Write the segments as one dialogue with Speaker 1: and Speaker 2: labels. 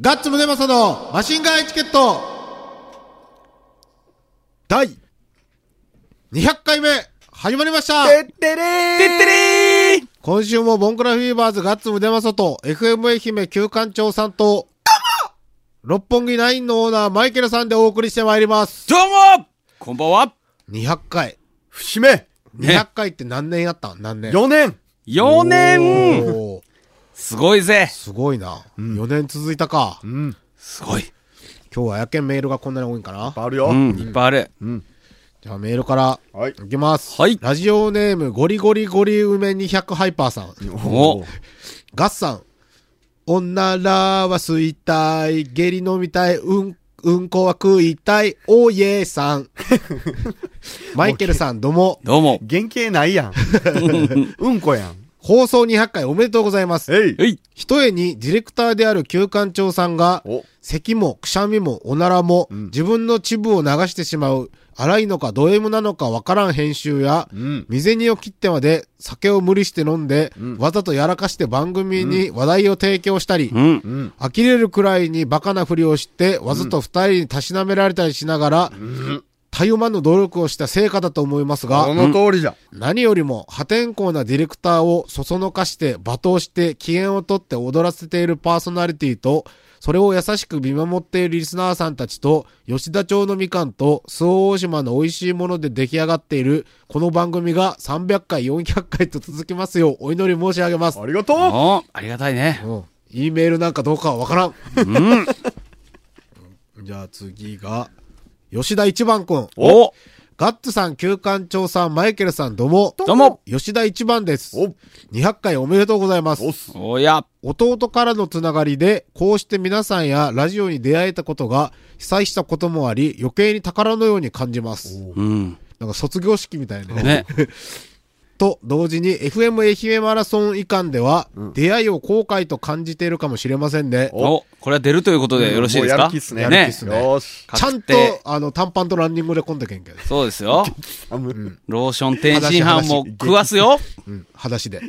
Speaker 1: ガッツムネマソのマシンガンエチケット第200回目始まりました
Speaker 2: てってれーてってれー
Speaker 1: 今週もボンクラフィーバーズガッツムネマソと FM 愛媛旧館長さんと六本木ナインのオーナーマイケルさんでお送りしてまいります。
Speaker 2: どうもこんばんは
Speaker 1: 200回。
Speaker 2: 節目ね
Speaker 1: 200回って何年やったん何年
Speaker 2: !4 年
Speaker 3: 4年
Speaker 1: おー
Speaker 3: すごいぜ
Speaker 1: すごいな。4年続いたか。
Speaker 2: うん。
Speaker 3: すごい。
Speaker 1: 今日はやけんメールがこんなに多いんかな。
Speaker 2: ある
Speaker 3: う
Speaker 2: よ。
Speaker 3: ん、いっぱいある。
Speaker 1: じゃあメールから
Speaker 2: はい。
Speaker 1: いきます。
Speaker 3: はい
Speaker 1: ラジオネーム、ゴリゴリゴリ梅200ハイパーさん。
Speaker 3: お
Speaker 1: ガッサン。女らは吸いたい。下痢飲みたい。うん、うんこは食いたい。おいえさ ん。マイケルさん、どうも。
Speaker 3: どうも。
Speaker 2: 原型ない やん。うんこやん。
Speaker 1: 放送200回おめでとうございます。
Speaker 2: えい
Speaker 3: えい。
Speaker 1: ひとえにディレクターである旧館長さんが、
Speaker 2: お、
Speaker 1: 咳もくしゃみもおならも、
Speaker 2: うん
Speaker 1: 自分のチブを流してしまう、荒いのかド M なのかわからん編集や、
Speaker 2: うん。
Speaker 1: 未銭を切ってまで酒を無理して飲んで、
Speaker 2: うん
Speaker 1: わざとやらかして番組に話題を提供したり、
Speaker 3: うん。
Speaker 2: うん。
Speaker 1: 呆れるくらいにバカなふりをして、わざと二人にたしなめられたりしながら、たゆまぬ努力をした成果だと思います
Speaker 2: こ
Speaker 1: が、
Speaker 2: の通りじゃ。
Speaker 1: 何よりも破天荒なディレクターをそそのかして罵倒して機嫌を取って踊らせているパーソナリティと、それを優しく見守っているリスナーさんたちと、吉田町のみかんと、周防大島の美味しいもので出来上がっている、この番組が300回、400回と続きますよう、お祈り申し上げます。
Speaker 2: ありがとう
Speaker 3: おありがたいね。
Speaker 1: うん。E メールなんかどうかはわからん。
Speaker 3: うん。
Speaker 1: じゃあ次が、吉田一番くん。
Speaker 3: お
Speaker 1: ガッツさん、旧館長さん、マイケルさん、どうも。
Speaker 3: どうも。
Speaker 1: 吉田一番です。
Speaker 2: お、
Speaker 1: 200回おめでとうございます。
Speaker 2: おっす。
Speaker 3: おや。
Speaker 1: 弟からのつながりで、こうして皆さんやラジオに出会えたことが、被災したこともあり、余計に宝のように感じます。
Speaker 3: うん。
Speaker 1: なんか卒業式みたいなね。
Speaker 3: ね。
Speaker 1: と同時に FM 愛媛マラソン以下では、出会いを後悔と感じているかもしれませんね。
Speaker 3: おこれは出るということでよろしいです
Speaker 2: もうや
Speaker 3: か
Speaker 2: る気っすね。
Speaker 1: やる気っ
Speaker 3: ね
Speaker 1: す。ね
Speaker 2: よーし。
Speaker 1: ちゃん
Speaker 3: 確
Speaker 1: と
Speaker 3: 定、
Speaker 1: あの、短パンとランニングで混んでけんけど。
Speaker 3: そうですよ。
Speaker 2: あむうん
Speaker 3: ローション天津飯も食わすよ。
Speaker 1: うん、裸 足で。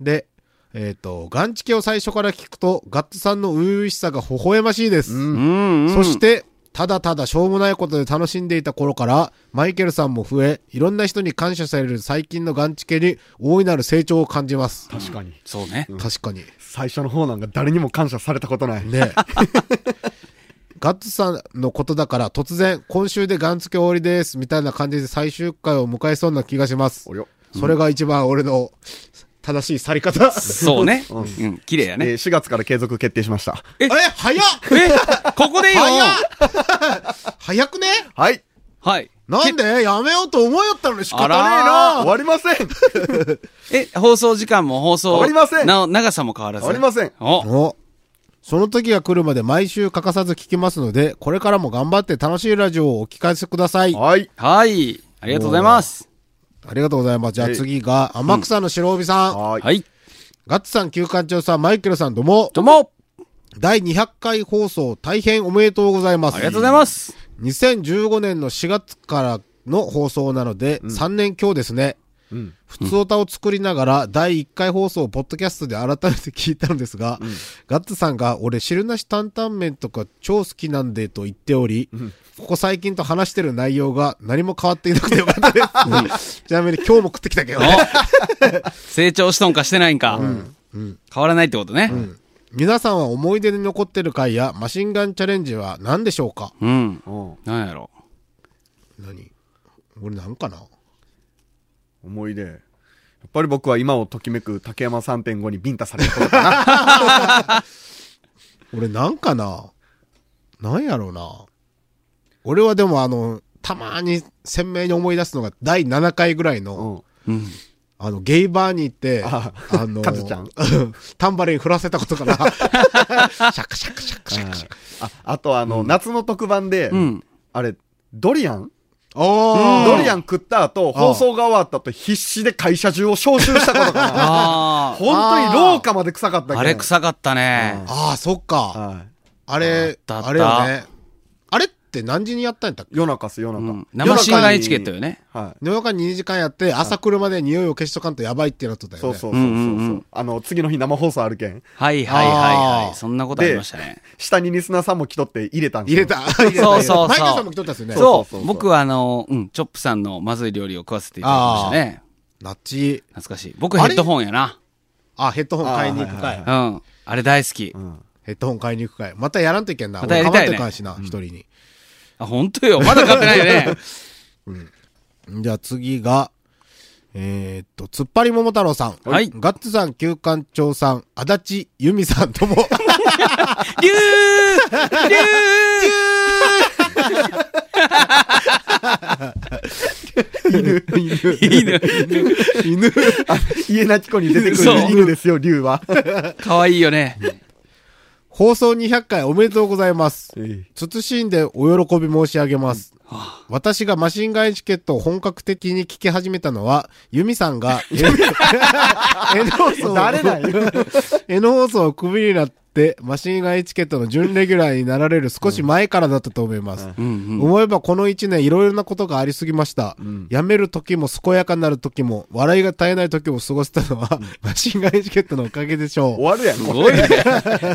Speaker 1: で、えっ、と、ガンチケを最初から聞くと、ガッツさんの初々しさが微笑ましいです。
Speaker 3: うん。うん
Speaker 1: そし。て、ただただしょうもないことで楽しんでいた頃から、マイケルさんも増え、いろんな人に感謝される最近のガンチケに大いなる成長を感じます。
Speaker 2: 確かに。
Speaker 3: そうね。
Speaker 1: 確かに。
Speaker 2: 最初の方なんか誰にも感謝されたことない。
Speaker 1: ね ガッツさんのことだから突然、今週でガンチケ終わりです、みたいな感じで最終回を迎えそうな気がします
Speaker 2: お。よ。
Speaker 1: それが一番俺の正しい去り方。
Speaker 3: そうね。うん。綺麗や
Speaker 2: えー、
Speaker 3: ね。
Speaker 2: 4月から継続決定しました。
Speaker 1: え、早っ
Speaker 3: えここでいいよ
Speaker 1: 早っ早くね
Speaker 2: はい。
Speaker 3: はい。
Speaker 1: なんでやめようと思いよったのに仕方ねえ
Speaker 3: あ
Speaker 1: な
Speaker 2: 終わりません。
Speaker 3: え、放送時間も放送。
Speaker 2: 変わりません
Speaker 3: なお、長さも変わらず。
Speaker 2: 変わりません
Speaker 3: お
Speaker 1: おその時が来るまで毎週欠かさず聞きますので、これからも頑張って楽しいラジオをお聞かせください。
Speaker 2: はい。
Speaker 3: はい。ありがとうございます。
Speaker 1: ありがとうございます。じゃあ
Speaker 2: えい
Speaker 1: 次が、天草の白帯さん、
Speaker 2: はい。
Speaker 3: はい。
Speaker 1: ガッツさん、旧館長さん、マイケルさん、どうも、
Speaker 3: どうも
Speaker 1: 第200回放送、大変おめでとうございます。
Speaker 3: ありがとうございます。
Speaker 1: 2015年の4月からの放送なので、3年今日ですね。
Speaker 2: うん
Speaker 1: 普通歌を作りながら、第1回放送をポッドキャストで改めて聞いたのですが、ガッツさんが、俺、汁なし担々麺とか超好きなんでと言っており、ここ最近と話してる内容が何も変わっていなくてよかったです。 ちなみに今日も食ってきたけどね。
Speaker 3: お成長しとんかしてないんか。変わらないってことね。
Speaker 1: 皆さんは思い出に残ってる回や、マシンガンチャレンジは何でしょうか
Speaker 3: うん。
Speaker 2: うん
Speaker 3: なんやろ。
Speaker 1: 何俺なんかな
Speaker 2: 思い出。やっぱり僕は今をときめく竹山3.5にビンタされたことかな。
Speaker 1: 俺なんかななんやろうな俺はでもあの、たまに鮮明に思い出すのが第7回ぐらいの、
Speaker 2: うん。
Speaker 3: うん。
Speaker 1: あの、ゲイバーに行って、
Speaker 2: あ
Speaker 1: の
Speaker 2: カズちゃん
Speaker 1: タンバリン振らせたこと かなシャカシャカシャカシャカシャカ。
Speaker 2: あ、あとあの、夏の特番で、
Speaker 3: ん
Speaker 2: あれ、ドリアン
Speaker 1: お
Speaker 2: ドリアン食った後、放送が終わった後、必死で会社中を招集したことかな。
Speaker 3: あ
Speaker 2: 本当に廊下まで臭か ったけ
Speaker 3: あ。
Speaker 2: ど。
Speaker 3: あれ臭かったね。
Speaker 1: ああ、そっか。
Speaker 2: は
Speaker 1: あれ、
Speaker 3: あったあった
Speaker 1: あれよね。あれっって何時にやったんやったっけ
Speaker 2: 夜中っす、夜中。
Speaker 3: うん生新
Speaker 2: 夜中
Speaker 3: 聞
Speaker 2: に
Speaker 3: チケットよ。ね。
Speaker 2: はい。
Speaker 1: 夜中に2時間やって、朝車で匂いを消しとかんとやばいってなっとったよね。
Speaker 2: そうそうそうそう。
Speaker 3: うんうんうん
Speaker 2: あの、次の日生放送あるけん。
Speaker 3: はいはいはい
Speaker 1: あ
Speaker 3: は
Speaker 1: ー
Speaker 3: い。そんなことありましたね。
Speaker 2: 下にリスナーさんも来とって入れたんです
Speaker 1: 入
Speaker 2: よ
Speaker 1: れた。入れた
Speaker 3: そうそうそ う
Speaker 1: マイケルさんも来とったっすよね。
Speaker 2: そう
Speaker 3: そ
Speaker 2: そう
Speaker 3: う、僕はあの、うん、チョップさんのまずい料理を食わせていただきましたね。
Speaker 1: ナッチ。
Speaker 3: 懐かしい。僕ヘッドホンやな。
Speaker 1: あ、ヘッドホン買いに行く
Speaker 2: あーは
Speaker 1: か
Speaker 2: いはい
Speaker 1: い
Speaker 2: は。
Speaker 3: うん。あれ大好き
Speaker 2: う。ん。
Speaker 1: ヘッドホン買いに行くかい。またやらんといけんな。
Speaker 3: またやりたいね
Speaker 1: 俺構ってかんしな、一人に。
Speaker 3: あ、本当よ。まだ買ってないよ ね。
Speaker 1: じゃあ次が、えー、っと、突っ張り桃太郎さん。
Speaker 3: はい
Speaker 1: ガッツさん、旧館長さん、足立由美さんとも。
Speaker 3: りゅーりゅ
Speaker 2: 犬、 犬、
Speaker 3: ーいいね。
Speaker 2: 犬。あ家なき子に出てくる
Speaker 3: そう
Speaker 2: 犬ですよ、竜は。
Speaker 3: かわいいよね。
Speaker 1: 放送200回おめでとうございます。慎んでお喜び申し上げます。私がマシンガンエチケットを本格的に聞き始めたのは、ユミさん が、え N 放送を
Speaker 2: 誰だ よ
Speaker 1: N 放送をクビになって、マシンガンエチケットの準レギュラーになられる少し前からだったと思います。
Speaker 3: うんうん。
Speaker 1: 思えばこの一年いろいろなことがありすぎました。辞める時も健やかになる時も、笑いが絶えない時も過ごせたのは、マシンガンエチケットのおかげでしょう
Speaker 2: 終。わるやん、
Speaker 3: す
Speaker 2: もう
Speaker 3: ごいね。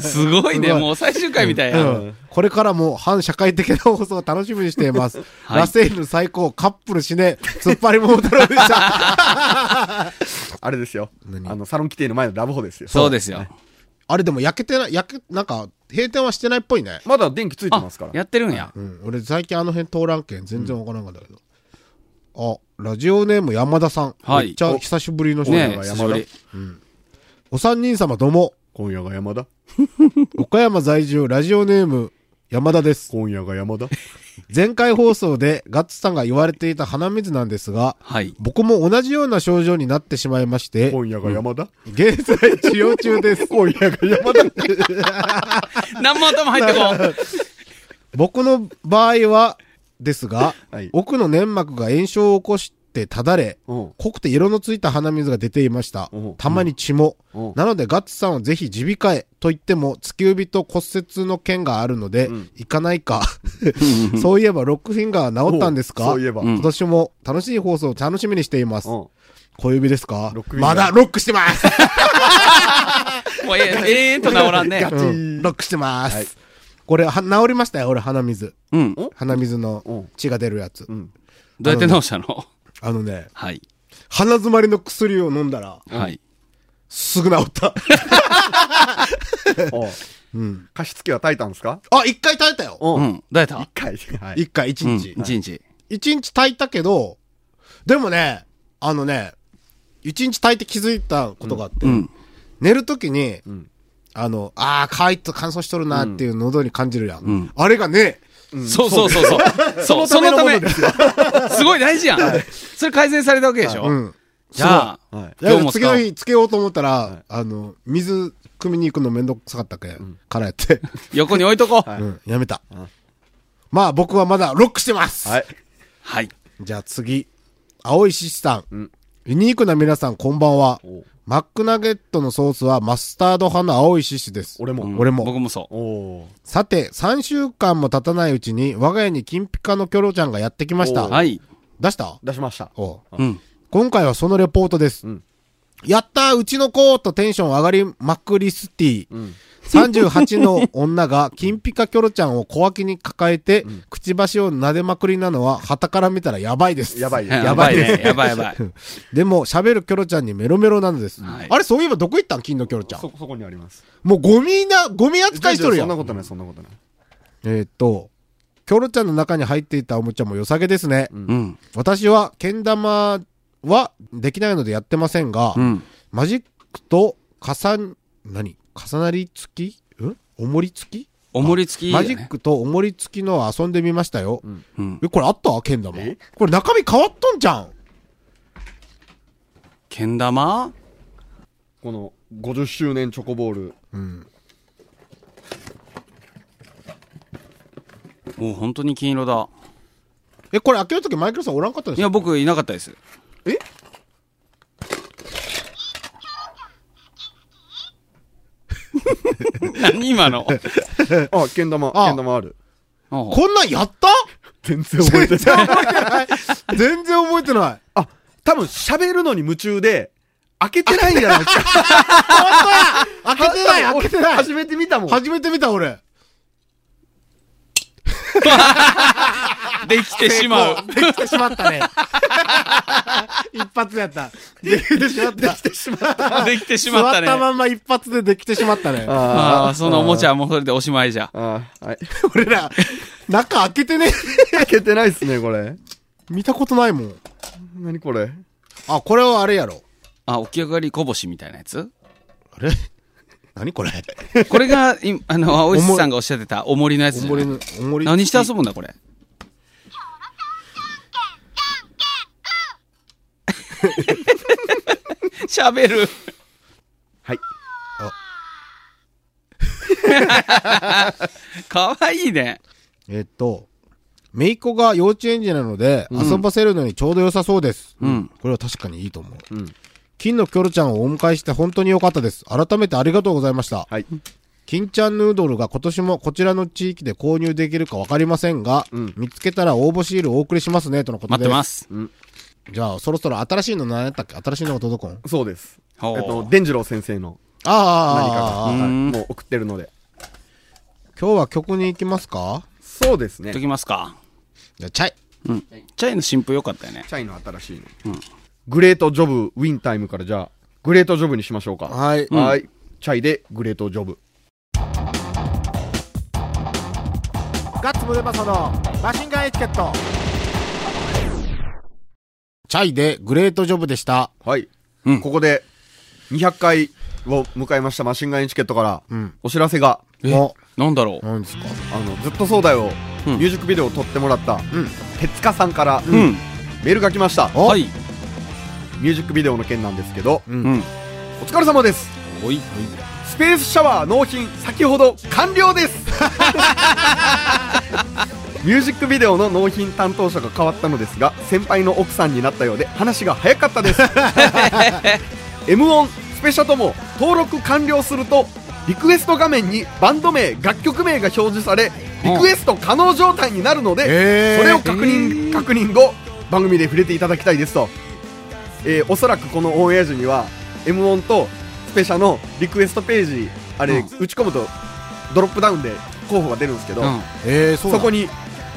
Speaker 3: すごい
Speaker 1: す
Speaker 3: ね。
Speaker 1: ごい
Speaker 3: もう最終回みたいや
Speaker 1: うん
Speaker 3: ん。
Speaker 1: これからも反社会的な放送を楽しみにしてい ます。
Speaker 3: はい
Speaker 1: ラセール最高、カップルしねえ、突っ張り桃太郎でした。
Speaker 2: あれですよ。
Speaker 1: 何
Speaker 2: あの、サロン規定の前のラブホですよ。
Speaker 3: そうですよ。
Speaker 1: あれでも焼けてない、焼け、なんか、閉店はしてないっぽいね。
Speaker 2: まだ電気ついて
Speaker 3: あ
Speaker 2: ますか、ら。
Speaker 3: やってるんや。
Speaker 1: うん、俺最近あの辺通らんけん、全然わからんかったけど。あ、ラジオネーム山田さん。
Speaker 3: はい
Speaker 1: めっちゃ久しぶりの人だ
Speaker 3: ねえ、
Speaker 1: な
Speaker 3: 久
Speaker 1: 山
Speaker 3: しぶり。
Speaker 1: お三人様どうも。
Speaker 2: 今夜が山だ。
Speaker 1: 岡山在住、ラジオネーム、山田です。
Speaker 2: 今夜が山だ。
Speaker 1: 前回放送でガッツさんが言われていた鼻水なんですが、
Speaker 3: はい。
Speaker 1: 僕も同じような症状になってしまいまして、
Speaker 2: 今夜が山だ。
Speaker 1: 現在治療中です。
Speaker 2: 今夜が山だ。
Speaker 3: 何も頭入ってこ
Speaker 1: 僕の場合は、ですが、
Speaker 2: はい
Speaker 1: 奥の粘膜が炎症を起こしてただれ、
Speaker 2: うん。
Speaker 1: 濃くて色のついた鼻水が出ていました
Speaker 2: うん。
Speaker 1: たまに血も。
Speaker 2: うん
Speaker 1: なのでガッツさんはぜひ耳鼻科へと言っても、突き指と骨折の件があるので、
Speaker 2: うん
Speaker 1: 行かない か。そういえばロックフィンガーは治ったんですか
Speaker 2: そういえば。
Speaker 3: うん
Speaker 1: 今年も楽しい放送を楽しみにしています。
Speaker 2: うん
Speaker 1: 小指ですか
Speaker 2: ロックフィン
Speaker 1: ま
Speaker 2: ガー
Speaker 1: だロックしてます
Speaker 3: う。もうええ、ええと治らんね
Speaker 2: ガ。チ
Speaker 1: うん
Speaker 2: ー
Speaker 1: ロックしてます。
Speaker 2: はい
Speaker 1: これは、治りましたよ、俺、鼻水。
Speaker 3: うん。ど
Speaker 1: 鼻水
Speaker 2: う
Speaker 1: の
Speaker 2: ん
Speaker 1: 血が出るやつ。
Speaker 2: うん。
Speaker 3: うやって治したの
Speaker 1: あのね、
Speaker 3: はい。
Speaker 1: 鼻詰まりの薬を飲んだら、
Speaker 3: はい。
Speaker 1: すぐ治った。
Speaker 2: おう
Speaker 1: うん。
Speaker 2: 加湿器は炊いたんですか
Speaker 1: あ、一回耐えたよ。
Speaker 2: う。
Speaker 3: うんん。どうやった
Speaker 2: 一回。は
Speaker 1: 一回、一
Speaker 3: うん
Speaker 1: 日。
Speaker 3: 一日。
Speaker 1: 一日耐えたけど、でもね、あのね、一日耐えて気づいたことがあって、
Speaker 3: うん。
Speaker 1: 寝るときに、
Speaker 2: ん
Speaker 1: あの、あー、乾いと乾燥しとるなっていう喉に感じるやん。
Speaker 3: ん
Speaker 1: あれがね、
Speaker 3: そうそうそうそう。そう、そのため。 すごい大事やん。それ改善されたわけでしょ
Speaker 1: うん。
Speaker 3: じゃ
Speaker 2: ごいは
Speaker 3: あ
Speaker 1: い
Speaker 2: い、
Speaker 1: や
Speaker 3: 今日も
Speaker 1: 次
Speaker 3: 使お
Speaker 1: の
Speaker 3: う
Speaker 1: 日つけようと思ったら、あの、水汲みに行くのめんどくさかったけ、ん、からやって、
Speaker 3: 横に置いとこう。
Speaker 2: は
Speaker 1: うん、やめた。
Speaker 2: ん
Speaker 1: まあ僕はまだロックしてます、
Speaker 2: はい。
Speaker 3: はい。
Speaker 1: じゃあ次、青い獅子さん,、
Speaker 2: ん
Speaker 1: ユニークな皆さんこんばんは
Speaker 2: おう。
Speaker 1: マックナゲットのソースはマスタード派の青い獅子です。
Speaker 2: 俺も。
Speaker 1: 俺も
Speaker 3: 僕もそ
Speaker 2: おう
Speaker 1: さて、3週間も経たないうちに、我が家に金ピカのキョロちゃんがやってきまし
Speaker 2: お
Speaker 1: た。
Speaker 3: う。はい。
Speaker 1: 出した
Speaker 2: 出しました。
Speaker 1: おう
Speaker 3: うん。
Speaker 1: 今回はそのレポートです。
Speaker 2: うん
Speaker 1: やったーうちの子とテンション上がりまくりスティ、
Speaker 2: ん
Speaker 1: 38の女が金ピカキョロちゃんを小脇に抱えて、くちばしを撫でまくりなのは、旗から見たらやばいです。
Speaker 2: やばいよ
Speaker 3: やばいね。やばいやばい。
Speaker 1: でも、喋るキョロちゃんにメロメロなのです。
Speaker 3: はい
Speaker 1: あれ、そういえばどこ行ったん金のキョロちゃん
Speaker 2: そ、。そこにあります。
Speaker 1: もうゴミな、ゴミ扱いしとるや。
Speaker 2: そんなんことない、そんなことない。
Speaker 1: えーっと、キョロちゃんの中に入っていたおもちゃも良さげですね。
Speaker 3: うん。
Speaker 1: 私は、けん玉はできないのでやってませんが、
Speaker 3: うん。
Speaker 1: マジックと重ん、何重なり付きん重り付き
Speaker 3: おもりつき。
Speaker 1: マジッ。クと重り付きのを遊んでみましたよ。
Speaker 3: うん。
Speaker 1: え、これあったけん玉
Speaker 2: え。
Speaker 1: これ中身変わっとんじゃん。
Speaker 3: けん玉
Speaker 2: この50周年チョコボール。
Speaker 3: おう本当に金色だ。
Speaker 1: え、これ開けるときマイケルさんおらんかったで
Speaker 3: い
Speaker 1: しょ
Speaker 3: や、僕いなかったです。
Speaker 2: え
Speaker 3: 何今の。
Speaker 2: あ、けん玉、
Speaker 1: あ
Speaker 2: けん玉ある。
Speaker 3: うん
Speaker 1: こんなんやった
Speaker 2: 全然覚えてない。
Speaker 1: 全然覚えてない。
Speaker 2: あ、多分喋るのに夢中で、開けてないんじゃないですか。
Speaker 1: 開けてない、開けてな
Speaker 2: 俺
Speaker 1: い。
Speaker 2: 初めて見たもん。
Speaker 1: 初めて見た、俺。
Speaker 3: できてしまう。
Speaker 1: できてしまったね。 一発でやった。できてしまった。
Speaker 3: できてしまったね。
Speaker 1: 座ったまんま一発でできてしまったね。
Speaker 3: ああ、そのおもちゃはもうそれでおしまいじゃ。
Speaker 2: あーはい。
Speaker 1: 俺ら、中開けてね。
Speaker 2: 開けてないっすね、これ。
Speaker 1: 見たことないもん。
Speaker 2: 何これ。
Speaker 1: あ、これはあれやろ。
Speaker 3: あ、起き上がりこぼしみたいなやつ
Speaker 1: あれ 何これ
Speaker 3: これが、いあの、青石さんがおっしゃってた、おもりのやつ
Speaker 1: お
Speaker 3: じゃ
Speaker 1: も
Speaker 3: な
Speaker 1: り
Speaker 3: い
Speaker 1: の、おもり。
Speaker 3: 何して遊ぶんだ、これ。 喋る。
Speaker 2: はい。
Speaker 3: かわいいね。
Speaker 1: えっと、めいっ子が幼稚園児なので、
Speaker 3: うん
Speaker 1: 遊ばせるのにちょうど良さそうです。
Speaker 3: うん
Speaker 1: これは確かにいいと思う。
Speaker 2: うん。
Speaker 1: 金のキョロちゃんをお迎えして本当に良かったです。改めてありがとうございました。
Speaker 2: はい。
Speaker 1: 金ちゃんヌードルが今年もこちらの地域で購入できるかわかりませんが、
Speaker 2: うん
Speaker 1: 見つけたら応募シールをお送りしますね、とのこと
Speaker 3: 待っ
Speaker 1: です。
Speaker 3: てます。
Speaker 1: じゃあ、そろそろ新しいの何やったっけ新しいのが 届くん
Speaker 2: そうです。え
Speaker 3: ほう
Speaker 2: っと、伝次郎先生の何
Speaker 1: ああ、
Speaker 2: かが、
Speaker 3: う
Speaker 2: はい
Speaker 3: ん
Speaker 2: もう送ってるので。
Speaker 1: 今日は曲に行きますか
Speaker 2: そうです
Speaker 3: い
Speaker 2: ね
Speaker 3: っと。きますか。
Speaker 1: じゃあ、チャイ。
Speaker 3: うん。チャイの新譜よかったよね。
Speaker 2: チャイの新しいの。グレートジョブ、ウィンタイムからじゃあ、グレートジョブにしましょうか。
Speaker 1: はい。
Speaker 3: ん
Speaker 2: はい。チャイでグレートジョブ。
Speaker 1: ガッツムデパソのマシンガンエチケット。チャイでグレートジョブでした。
Speaker 2: はい。
Speaker 3: うん
Speaker 2: ここで、200回を迎えましたマシンガンエチケットから、
Speaker 1: うん。
Speaker 2: お知らせが、
Speaker 3: え
Speaker 1: お、
Speaker 3: なんだろう。
Speaker 1: 何ですか
Speaker 2: あの、ずっとそうだよ、
Speaker 3: うん
Speaker 2: ミュージックビデオを撮ってもらった、
Speaker 1: うん。
Speaker 2: 手塚さんから、
Speaker 3: うん。
Speaker 2: メールが来ました。
Speaker 1: お
Speaker 3: はい。
Speaker 2: ミュージックビデオの件なんですけど、
Speaker 1: う。
Speaker 3: うんん。
Speaker 2: お疲れ様です。
Speaker 3: おい。
Speaker 2: スペースシャワー納品、先ほど完了です。 ミュージックビデオの納品担当者が変わったのですが先輩の奥さんになったようで話が早かった です m 1スペシャとも登録完了するとリクエスト画面にバンド名楽曲名が表示されリクエスト可能状態になるので、
Speaker 1: えー
Speaker 2: それを確認、確認後番組で触れていただきたいですと、えーおそらくこのオンエア時には m 1とスペシャのリクエストページあれ、
Speaker 3: うん
Speaker 2: 打ち込むとドロップダウンで候補が出るんですけど、
Speaker 3: うん。
Speaker 1: えー、そう
Speaker 2: そこ
Speaker 1: に
Speaker 2: に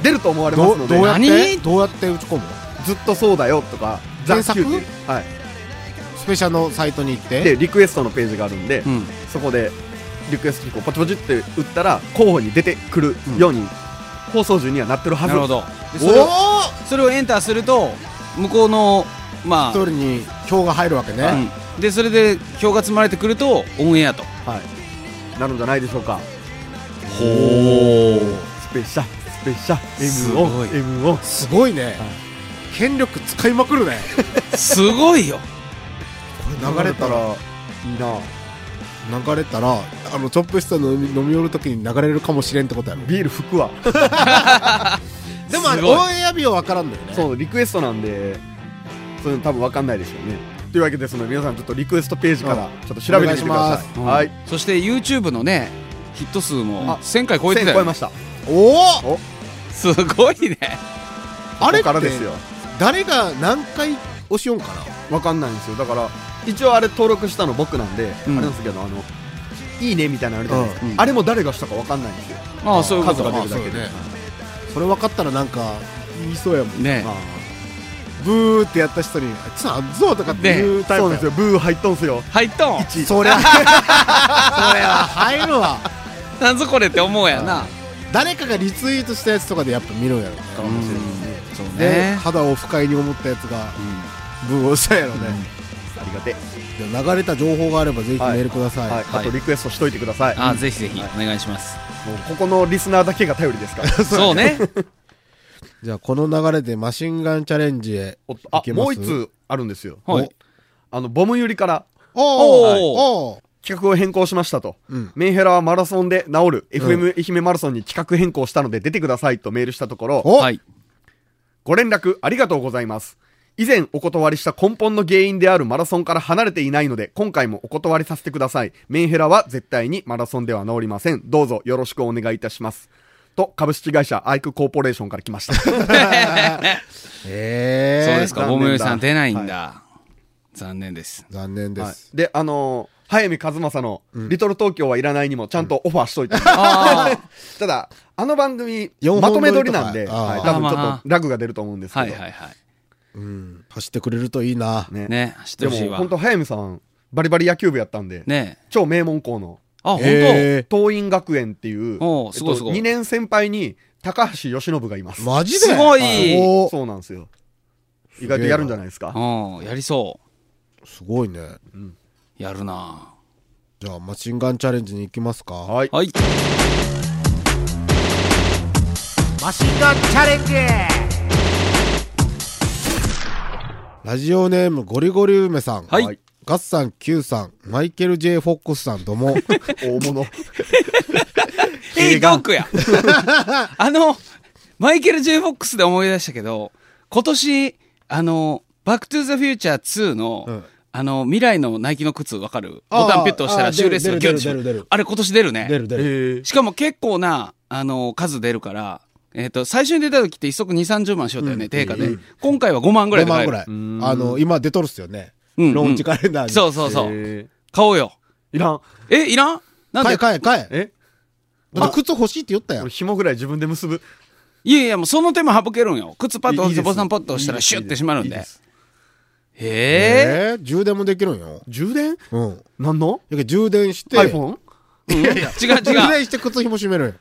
Speaker 2: 出ると思われま
Speaker 1: ど
Speaker 2: す
Speaker 1: う
Speaker 2: の
Speaker 1: ど
Speaker 2: で
Speaker 1: うやって
Speaker 3: 何
Speaker 1: どうやって打ち込むの
Speaker 2: ずっとそうだよとか
Speaker 1: 原作
Speaker 2: Q っていうはい、
Speaker 1: スペシャルのサイトに行って。
Speaker 2: でリクエストのページがあるんで、
Speaker 3: うん。
Speaker 2: そこでリクエストにこうポチポチって打ったら候補に出てくるように、放送順にはなってるは
Speaker 3: な
Speaker 2: ず
Speaker 3: るほど。でそれを
Speaker 1: おー
Speaker 3: それをエンターすると、向こうの、まあ、
Speaker 1: 一人に票が入るわけね。
Speaker 3: うん、でそれで票が積まれてくるとオンエア と
Speaker 2: はい、なるんじゃないでしょうか
Speaker 3: ほ
Speaker 2: スペシャスペシャ
Speaker 3: す
Speaker 2: M
Speaker 3: ごい
Speaker 2: 1 M 1
Speaker 1: すごいね。権力使いまくるね。
Speaker 3: うすごいよ
Speaker 1: 流れたら、
Speaker 2: いいな
Speaker 1: 流れたら、あの、チョップスターの飲み飲み寄るときに流れるかもしれんってことやろ。
Speaker 2: ビール服は
Speaker 1: でもあれ、
Speaker 3: すごい
Speaker 1: オンエア日は分からんだよね。
Speaker 2: そうリクエストなんでそういうの多分わかんないでしょうねというわけでその皆さんちょっとリクエストページから
Speaker 1: うん
Speaker 2: ちょっと調べてみてください、
Speaker 3: うん
Speaker 2: はい
Speaker 3: そして YouTube のねヒット数も
Speaker 2: あ
Speaker 3: 1000回超えて
Speaker 2: 1000
Speaker 3: たよ
Speaker 2: 超え
Speaker 3: ね
Speaker 2: ました
Speaker 1: おお
Speaker 2: お
Speaker 3: すごいね
Speaker 1: あれ
Speaker 2: ここ
Speaker 1: っ
Speaker 2: から
Speaker 1: て
Speaker 2: ですよ
Speaker 1: 誰が何回押しよんかな
Speaker 2: わかんないんですよだから一応あれ登録したの僕なんで、
Speaker 3: うん
Speaker 2: あれなんですけどあのいいねみたいなのあるじゃないですか、
Speaker 3: うん
Speaker 2: あれも誰がしたかわかんないんですよ
Speaker 3: ああそういうこ
Speaker 2: 数
Speaker 3: と
Speaker 2: が
Speaker 3: か
Speaker 2: 出るだけで、
Speaker 1: あそれ分かったらなんか言いそうやもん
Speaker 3: ね
Speaker 2: あ
Speaker 1: ブーってやった人に「あいつあんぞ」とかっていう
Speaker 2: あ
Speaker 1: タイ
Speaker 2: そう
Speaker 1: プ
Speaker 2: なん
Speaker 1: や
Speaker 2: ですよブー入っとんすよ
Speaker 3: 入ったん
Speaker 2: 1 位
Speaker 1: そりゃそれは入るわ
Speaker 3: なんぞこれって思うやな
Speaker 1: 誰かがリツイートしたやつとかでやっぱ見るんやろね
Speaker 2: かもしれないですね
Speaker 3: そう
Speaker 1: で
Speaker 3: ね
Speaker 1: 肌を不快に思ったやつがブーをしたやろね、
Speaker 2: ありがてえ
Speaker 1: で流れた情報があればぜひメールください、
Speaker 2: はい、あとリクエストしといてください、
Speaker 3: ああ
Speaker 2: もう
Speaker 3: ぜひぜひお願いします
Speaker 2: ここのリスナーだけが頼りですから
Speaker 3: そうね
Speaker 1: じゃあこの流れでマシンガンチャレンジへ
Speaker 2: おっ とあ
Speaker 1: いけます
Speaker 2: もう一通あるんですよ
Speaker 3: はい
Speaker 2: あのボムゆりから
Speaker 1: おーおー
Speaker 2: 企画を変更しましたと、
Speaker 1: うん
Speaker 2: メンヘラはマラソンで治る FM 愛媛マラソンに企画変更したので出てくださいとメールしたところ、
Speaker 1: お
Speaker 3: はい
Speaker 2: ご連絡ありがとうございます。以前お断りした根本の原因であるマラソンから離れていないので、今回もお断りさせてください。メンヘラは絶対にマラソンでは治りません。どうぞよろしくお願いいたします。と株式会社アイクコーポレーションから来 ました。
Speaker 1: ええ
Speaker 3: そうですか、
Speaker 2: 残
Speaker 3: ボ
Speaker 2: 念だ
Speaker 3: ムヨさん出ないんだ。残念です。
Speaker 1: 残念で
Speaker 2: はい
Speaker 1: す。、
Speaker 2: で、あのー早見和正の、リトル東京はいらないにもちゃんとオファーしといて。
Speaker 3: あ
Speaker 2: ただ、あの番組、
Speaker 1: 四
Speaker 2: ま
Speaker 1: 本
Speaker 2: と
Speaker 1: 撮りとか
Speaker 2: め撮りなんで、
Speaker 1: あー
Speaker 2: はい、多分ちょ
Speaker 3: あーま
Speaker 2: っ
Speaker 3: あ
Speaker 2: とラグが出ると思うんですけど。
Speaker 3: はいはいは
Speaker 1: うん。走ってくれるといいな。
Speaker 2: ね
Speaker 3: い。ね、走って
Speaker 2: で
Speaker 3: ほしい
Speaker 2: も、
Speaker 3: わ。
Speaker 2: 本当早見さん、バリバリ野球部やったんで、
Speaker 3: ね
Speaker 2: 超名門校の、
Speaker 3: あ、本当、
Speaker 1: ええ
Speaker 2: 桐蔭学園っていう、
Speaker 3: おうすごいすごい
Speaker 2: 2年先輩に高橋由伸がいます。
Speaker 1: マジです
Speaker 3: ごい
Speaker 1: おー
Speaker 2: そうなんですよ。意外とやるんじゃないですか。
Speaker 3: うん、やりそ
Speaker 1: すごいね。
Speaker 3: う。やるな
Speaker 1: じゃあ、マシンガンチャレンジに行きますか。。
Speaker 2: はいい。
Speaker 3: はい。
Speaker 1: マシンガンチャレンジラジオネームゴリゴリ梅さん。
Speaker 3: はい
Speaker 2: はい
Speaker 1: ガッサン、Q さん、マイケル J ・フォックスさんとも、
Speaker 2: 大物。
Speaker 3: ヘイ
Speaker 2: 映
Speaker 3: ド
Speaker 2: 画
Speaker 3: ッグ や。あの、マイケル・ J ・フォックスで思い出したけど、今年、あの、バック・トゥ・ザ・フューチャー2の、
Speaker 1: うん
Speaker 3: あの、未来のナイキの靴わかる
Speaker 1: あー
Speaker 3: ボタンピュッと押した
Speaker 1: あ
Speaker 3: ら
Speaker 1: ー
Speaker 3: シューレースがギュッてしま
Speaker 1: 出る出る出る出
Speaker 3: う
Speaker 1: る
Speaker 3: あれ今 年出るね。
Speaker 1: 出る出る。
Speaker 2: え
Speaker 3: しかも結構な、あの、数出るから、えっ、と、最初に出た時って一足2、30万しよったよね、定価で、今回は5万ぐらい
Speaker 1: 5
Speaker 3: で買
Speaker 1: 万
Speaker 3: える。
Speaker 1: ぐらい。あの、今出とるっすよね。
Speaker 3: うんうん
Speaker 1: ローンチカレンダーに。。
Speaker 3: そううそうそう。
Speaker 2: え
Speaker 3: 買おうよ。
Speaker 2: いらん。
Speaker 3: え、いらんなん
Speaker 1: 買え
Speaker 3: で
Speaker 1: 買え買え。
Speaker 2: え
Speaker 1: だって靴欲しいって言ったやん
Speaker 2: 俺。紐ぐらい自分で結ぶ。
Speaker 3: いやいや、もうその手も省けるんよ。靴パッと押
Speaker 2: いい
Speaker 3: し
Speaker 2: で
Speaker 3: て、
Speaker 2: す
Speaker 3: ボタンパッと押したらシュッてしまるんで。
Speaker 2: いい
Speaker 3: へ
Speaker 2: す
Speaker 3: え。
Speaker 1: えー充電もできるんよ。
Speaker 2: 充電
Speaker 1: うん。
Speaker 2: 何の
Speaker 1: やけ充電して、
Speaker 2: ?iPhone?
Speaker 3: うん違う違
Speaker 1: 充
Speaker 3: う。
Speaker 1: 電して靴紐締めるんよ。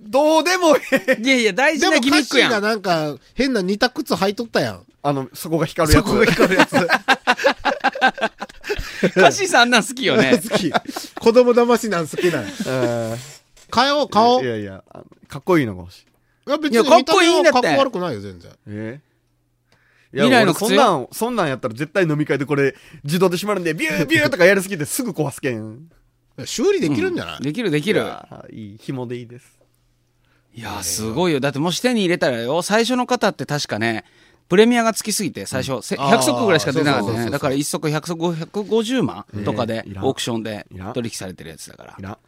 Speaker 2: どうでもいい。
Speaker 3: いやいや、大
Speaker 1: で
Speaker 3: 事
Speaker 1: も
Speaker 3: なギミ
Speaker 1: 歌
Speaker 3: ック
Speaker 1: 詞
Speaker 3: や
Speaker 1: が
Speaker 3: ん。
Speaker 1: なんか、変な似た靴履いとったやん。
Speaker 2: あの、そこが光るやつ。そこが光る やつ。
Speaker 3: 歌詞さんなん好きよね。
Speaker 1: 好き。子供騙しなん好きなんよ。買おう、買おう。
Speaker 2: い
Speaker 1: い
Speaker 2: やいや、あのかっこいいのが欲しい。
Speaker 1: や、別
Speaker 3: いや
Speaker 1: に
Speaker 3: かっ
Speaker 1: 見た
Speaker 3: こい
Speaker 1: 目
Speaker 3: いん
Speaker 1: は
Speaker 3: だって
Speaker 1: かっこ悪くないよ、全然。
Speaker 2: えいや
Speaker 3: 未来の
Speaker 2: 俺
Speaker 3: 靴
Speaker 2: そんなん、そんなんやったら絶対飲み会でこれ自動で閉まるんで、ビュービューとかやりすぎてすぐ壊すけん。
Speaker 1: 修理できるんじゃない
Speaker 3: できるでき
Speaker 2: い
Speaker 3: る。
Speaker 2: やいい。紐でいいです。
Speaker 3: いや、すごいよ。だってもし手に入れたらよ、最初の方って確かね、プレミアがつきすぎて、最初、せ
Speaker 1: あー
Speaker 3: 100足ぐらいしか出なかっ
Speaker 1: そうそうそうそ
Speaker 3: た
Speaker 1: う
Speaker 3: ね。だから1足100足150万とかで
Speaker 2: えーい、らん
Speaker 3: オークションで
Speaker 2: いらん
Speaker 3: 取引されてるやつだから
Speaker 2: い。ら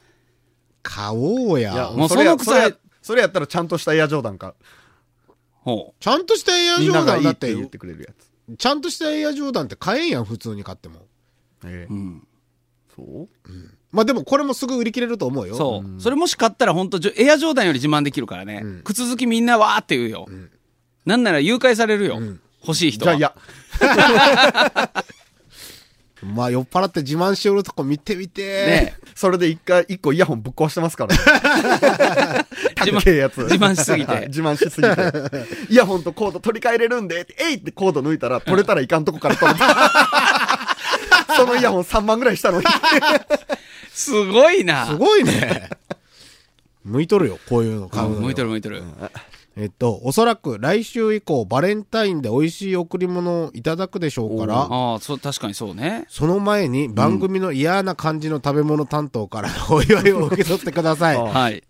Speaker 1: 買おう
Speaker 2: いや、
Speaker 1: や。
Speaker 3: もう
Speaker 2: れや
Speaker 3: その靴
Speaker 2: それやそれやったらちゃんとしたエアジョーダンか。
Speaker 3: ほ
Speaker 1: ちゃんとしたエア
Speaker 2: み
Speaker 1: ジ
Speaker 2: ん
Speaker 1: ョ
Speaker 2: な
Speaker 1: ー
Speaker 2: が
Speaker 1: ダン
Speaker 2: いい
Speaker 1: だ
Speaker 2: っ
Speaker 1: ってて
Speaker 2: 言っ、てくれるやつ。
Speaker 1: ちゃんとしたエアジョーダンって買えんやん、普通に買っても。
Speaker 2: え
Speaker 3: う。う
Speaker 2: え
Speaker 3: ん。
Speaker 2: そう
Speaker 1: まあでもこれもすぐ売り切れると思うよ。
Speaker 3: そう。それもし買ったら本当じょエアジョーダンより自慢できるからね。靴好きみんなわーって言うよ。なんなら誘拐されるよ。欲しい人
Speaker 2: じゃ
Speaker 3: は。
Speaker 2: あ、いや。
Speaker 1: まあ酔っ払って自慢しよるとこ見てみて
Speaker 3: ね
Speaker 2: それで一回、一個イヤホンぶっ壊してますから、ね。
Speaker 3: 自
Speaker 2: 高えや
Speaker 3: 慢
Speaker 2: つ。
Speaker 3: 自慢しすぎ
Speaker 2: はい
Speaker 3: て。
Speaker 2: 自慢しすぎて。イヤホンとコード取り替えれるんで、えいってコード抜いたら取れたらいかんとこから取れた。 そのイヤホン3万ぐらいしたのに。
Speaker 3: すごいな。
Speaker 1: すごいね。向いとるよ、こういうの買うのよ。
Speaker 3: 向いてる向いてる。
Speaker 1: えっと、おそらく来週以降、バレンタインで美味しい贈り物をいただくでしょうから、
Speaker 3: ああ、そう、確かにそうね。
Speaker 1: その前に番組の嫌な感じの食べ物担当からお祝いを受け取ってください。
Speaker 2: あ
Speaker 3: はい。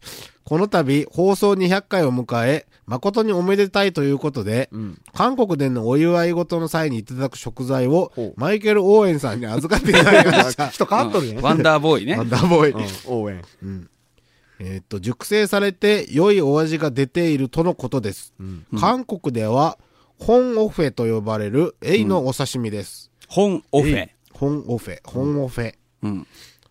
Speaker 1: この度放送200回を迎え、誠におめでたいということで、韓国でのお祝い事の際にいただく食材を
Speaker 2: ほう
Speaker 1: マイケル・オーエンさんに預かっていただきました。
Speaker 2: 人変わっ とるね。
Speaker 3: うんワンダーボーイね
Speaker 1: な。んだボーイ。
Speaker 2: 応援。
Speaker 1: えーっと、熟成されて良いお味が出ているとのことです。韓国では、ホンオフェと呼ばれるエイのお刺身です。
Speaker 3: 本オフェ。
Speaker 1: ホンオフェ、ホンオフェ。
Speaker 3: うん。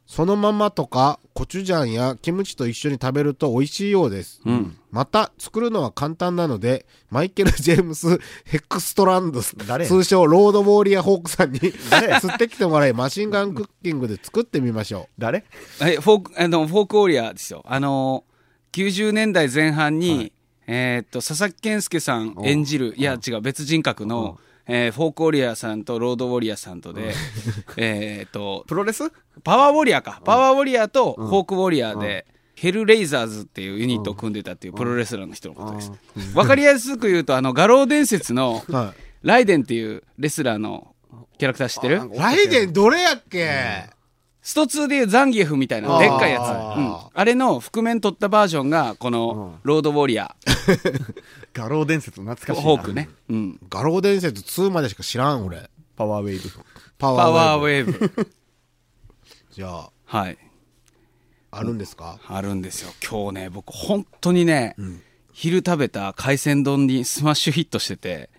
Speaker 1: そのままとか、コチュジャンやキムチと一緒に食べると美味しいようです。また、作るのは簡単なので、マイケル・ジェームス・ヘックストランドス
Speaker 2: 誰、
Speaker 1: 通称ロードウォーリア・ホークさんに、
Speaker 2: 誰
Speaker 1: 釣ってきてもらい、マシンガンクッキングで作ってみましょ
Speaker 2: 誰
Speaker 3: え、フォーク、あの、フォークウォリアーですよ。あのー、90年代前半に、えーっと、佐々木健介さん演じる、いや、違う、別人格の、えーフォークウォリアーさんとロードウォリアーさんとで、 えーっと、
Speaker 2: プロレス
Speaker 3: パワーウォリアーか。パワーウォリアーとフォークウォリアーで、ヘルレイザーズっていうユニットを組んでたっていうプロレスラーの人のことです。わかりやすく言うと、あの、画廊伝説の
Speaker 1: う。、は
Speaker 3: ライデンっていうレスラーのキャラクター知ってる
Speaker 1: い。ライデンどれやっけ、
Speaker 3: スト2でいうザンギエフみたいな
Speaker 1: あー
Speaker 3: でっかいやつ。うんあれの覆面取ったバージョンが、この、ロードウォリア
Speaker 2: 画廊伝説懐
Speaker 3: ー、
Speaker 2: かしいな。
Speaker 3: ホークね。うん。
Speaker 1: 画廊伝説2までしか知らん、俺。
Speaker 2: パワーウェイブ。
Speaker 1: パワー
Speaker 3: パワー
Speaker 1: ウ
Speaker 3: ウ
Speaker 1: ェイ
Speaker 3: ェーブ。
Speaker 1: ブ。じゃあ、
Speaker 3: はい。
Speaker 1: あるんですか、
Speaker 3: あるんですよ。今日ね、僕本当にね、昼食べた海鮮丼にスマッシュヒットし てて、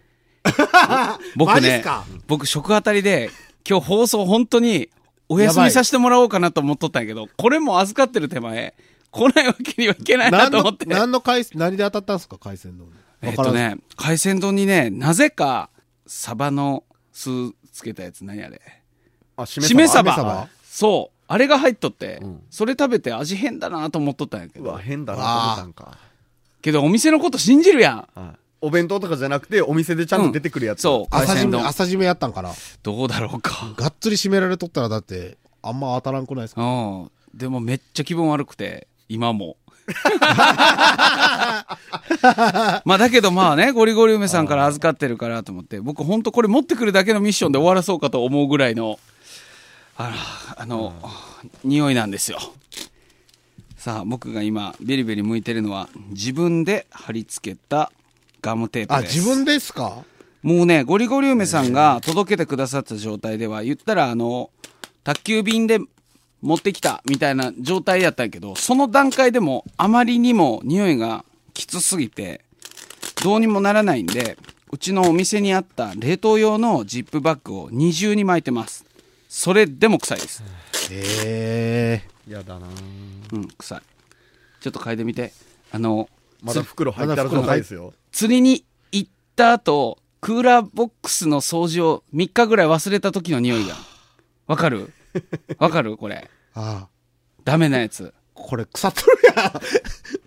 Speaker 3: 僕
Speaker 1: マジっ
Speaker 3: ね
Speaker 1: すか、
Speaker 3: 僕食あたりで、今日放送本当にお休みさせてもらおうかなと思っとったんやけど、これも預かってる手前、来ないわけにはいけ ないな
Speaker 1: 何
Speaker 3: と思っ
Speaker 1: の
Speaker 3: て。
Speaker 1: 何の海鮮何で当たったんですか海鮮丼
Speaker 3: えっ
Speaker 1: わから
Speaker 3: と
Speaker 1: ん
Speaker 3: ね、海鮮丼にね、なぜか、サバの酢つけたやつ、何あれ。
Speaker 2: あ、し
Speaker 3: しめサ
Speaker 1: しめ
Speaker 3: バ
Speaker 1: 鯖。
Speaker 3: そう。あれが入っとって、それ食べて味変だなと思っとったんやけ
Speaker 2: う
Speaker 3: ど
Speaker 2: わ、。変だなと思ったんか。
Speaker 3: けどお店のこと信じるやん。
Speaker 2: はいお弁当とかじゃなくて、お店でちゃんと出てくるやつ。
Speaker 3: そう。海
Speaker 1: 朝締
Speaker 3: 鮮
Speaker 1: め
Speaker 3: 丼。
Speaker 1: 朝締めやったんかな
Speaker 3: どうだろうか。
Speaker 1: がっつり締められとったらだってあんま当たらんくないですか
Speaker 3: うん。でもめっちゃ気分悪くて、今も。まあだけどまあね、ゴリゴリ梅さんから預かってるからと思って、僕ほんとこれ持ってくるだけのミッションで終わらそうかと思うぐらいの、あら、あの、匂いなんですよ。さあ、僕が今、ベリベリ向いてるのは、自分で貼り付けたガムテー
Speaker 1: あ
Speaker 3: プです。
Speaker 1: 自分ですか
Speaker 3: もうね、ゴリゴリ梅さんが届けてくださった状態では、言ったら、あの、宅急便で持ってきたみたいな状態やったんやけど、その段階でもあまりにも匂いがきつすぎて、どうにもならないんで、うちのお店にあった冷凍用のジップバッグを二重に巻いてます。それでも臭いです。
Speaker 1: ええ
Speaker 2: やだな
Speaker 3: うん、臭い。ちょっと嗅いでみて。あの、
Speaker 2: まだ袋入っ
Speaker 1: ま
Speaker 2: た
Speaker 1: だ
Speaker 2: ら
Speaker 1: 袋入っ
Speaker 2: 高いですよ。
Speaker 3: 釣りに行った後、クーラーボックスの掃除を3日ぐらい忘れた時の匂いが。わか るわかるこれ。
Speaker 1: ああ
Speaker 3: ダメなやつ。
Speaker 1: これ腐っとるやん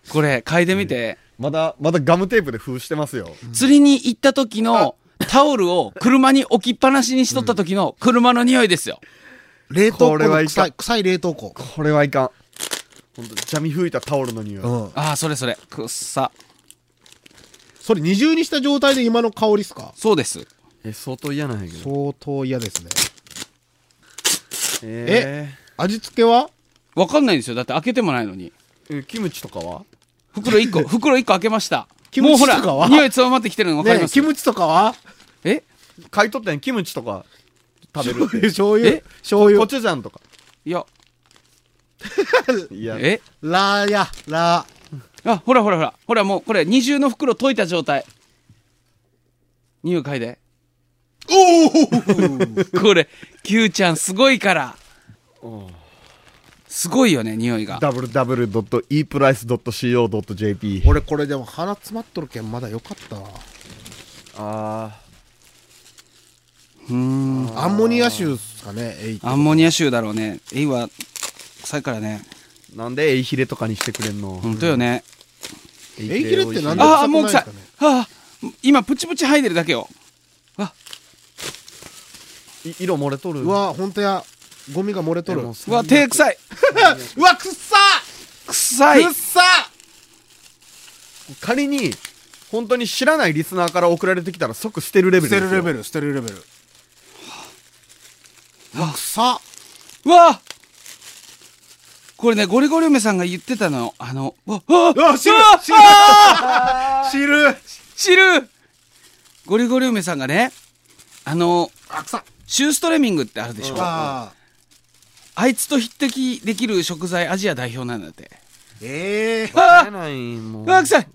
Speaker 3: これ、嗅いでみて。
Speaker 2: まだ、まだガムテープで封してますよ。
Speaker 3: 釣りに行った時のタオルを車に置きっぱなしにしとった時の車の匂いですよ。
Speaker 1: 冷凍庫
Speaker 2: これは
Speaker 1: の
Speaker 2: いか
Speaker 1: 臭
Speaker 2: ん
Speaker 1: い臭い冷凍庫
Speaker 2: これはいかん。ほんと、ジャミ吹いたタオルの匂い。
Speaker 1: うん
Speaker 3: ああ、それそれ。くっさ。
Speaker 1: それ二重にした状態で今の香りっすか
Speaker 3: そうです。
Speaker 2: え、相当嫌なんやけど。
Speaker 1: 相当嫌ですね
Speaker 2: え
Speaker 1: 味付けは
Speaker 3: わかんないんですよ。だって開けてもないのに。
Speaker 2: ーえキムチとかは
Speaker 3: 袋1個、袋1個開けま した。
Speaker 1: キム
Speaker 3: もう
Speaker 1: チ
Speaker 3: ほ
Speaker 1: とかは
Speaker 3: ら、匂い強まってきてるのわかり
Speaker 1: ねえ
Speaker 3: ます
Speaker 1: キムチとかは
Speaker 3: え
Speaker 2: 買い取ったんやキムチとか食べるって。
Speaker 1: 醤油
Speaker 3: え
Speaker 1: 醤油 醤
Speaker 2: コチュジャンとか。
Speaker 3: いや、
Speaker 2: いや、
Speaker 3: え
Speaker 1: 油ラーやラー
Speaker 3: あ、ほらほらほら。ほらもう、これ、二重の袋溶いた状態。匂い嗅いで。おおこれ、Q ちゃんすごいから。すごいよね、匂いが。
Speaker 2: www.eprice.co.jp。
Speaker 1: 俺これでも鼻詰まっとるけんまだよかったわ
Speaker 2: あ
Speaker 3: うーん。
Speaker 1: アンモニア臭っすかねえい
Speaker 3: アンモニア臭だろうね。エイは、臭いからね。
Speaker 2: ーなんでエイヒレとかにしてくれんの
Speaker 3: ほんとよね。
Speaker 2: エ
Speaker 1: イヒレってなんで臭
Speaker 3: ああ、
Speaker 1: く
Speaker 3: もう
Speaker 1: ない
Speaker 3: 臭い。
Speaker 1: ですかね
Speaker 3: ああ、今、プチプチ吐いてるだけよ。
Speaker 2: い色漏れとる
Speaker 1: うわほんとやゴミが漏れとる
Speaker 2: でも
Speaker 3: うわ、手臭い。
Speaker 1: うわくっさ
Speaker 3: 臭い
Speaker 1: くっ。さ
Speaker 2: 仮に本当に知らないリスナーから送られてきたら即捨てるレベル
Speaker 1: 捨
Speaker 2: で
Speaker 1: て
Speaker 2: すよ
Speaker 1: るレベル捨てるレベルうわくさ
Speaker 3: うわこれね、ゴリゴリ梅さんが言ってたのよ。あの、うわ、うわ、う
Speaker 1: わ汁
Speaker 3: わ
Speaker 1: 汁
Speaker 3: あー
Speaker 1: 汁
Speaker 3: 知るゴリゴリ梅さんがね、あの、
Speaker 1: あくさ
Speaker 3: シューストレミングってあるでしょ、あ
Speaker 1: あ
Speaker 3: いつと匹敵できる食材アジア代表なんだって。
Speaker 1: ーええ
Speaker 2: 捨て
Speaker 3: あ
Speaker 2: ないも
Speaker 3: あ
Speaker 2: ん
Speaker 3: うわ、臭い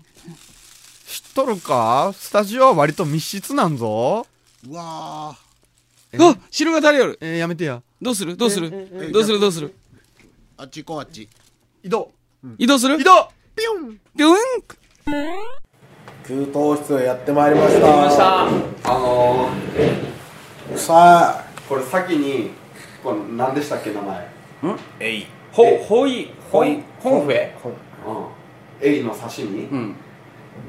Speaker 2: 知っとるかスタジオは割と密室なんぞ
Speaker 1: うわー
Speaker 2: え
Speaker 3: うわ、汁が垂れよる
Speaker 2: えーやめてや
Speaker 3: どうするどうする
Speaker 1: え
Speaker 3: どうするどうする
Speaker 1: あっち行こうあっち
Speaker 2: 移動
Speaker 3: 移動する
Speaker 2: 移動
Speaker 1: ピョン
Speaker 3: ビュン
Speaker 1: 給湯室へやってまいりました
Speaker 2: あのー、
Speaker 1: さあ
Speaker 2: これ先にこの何でしたっけ名前
Speaker 3: えい。ほ、ほい、ほい、ほんふえ
Speaker 2: うんエイの刺身、
Speaker 3: うん。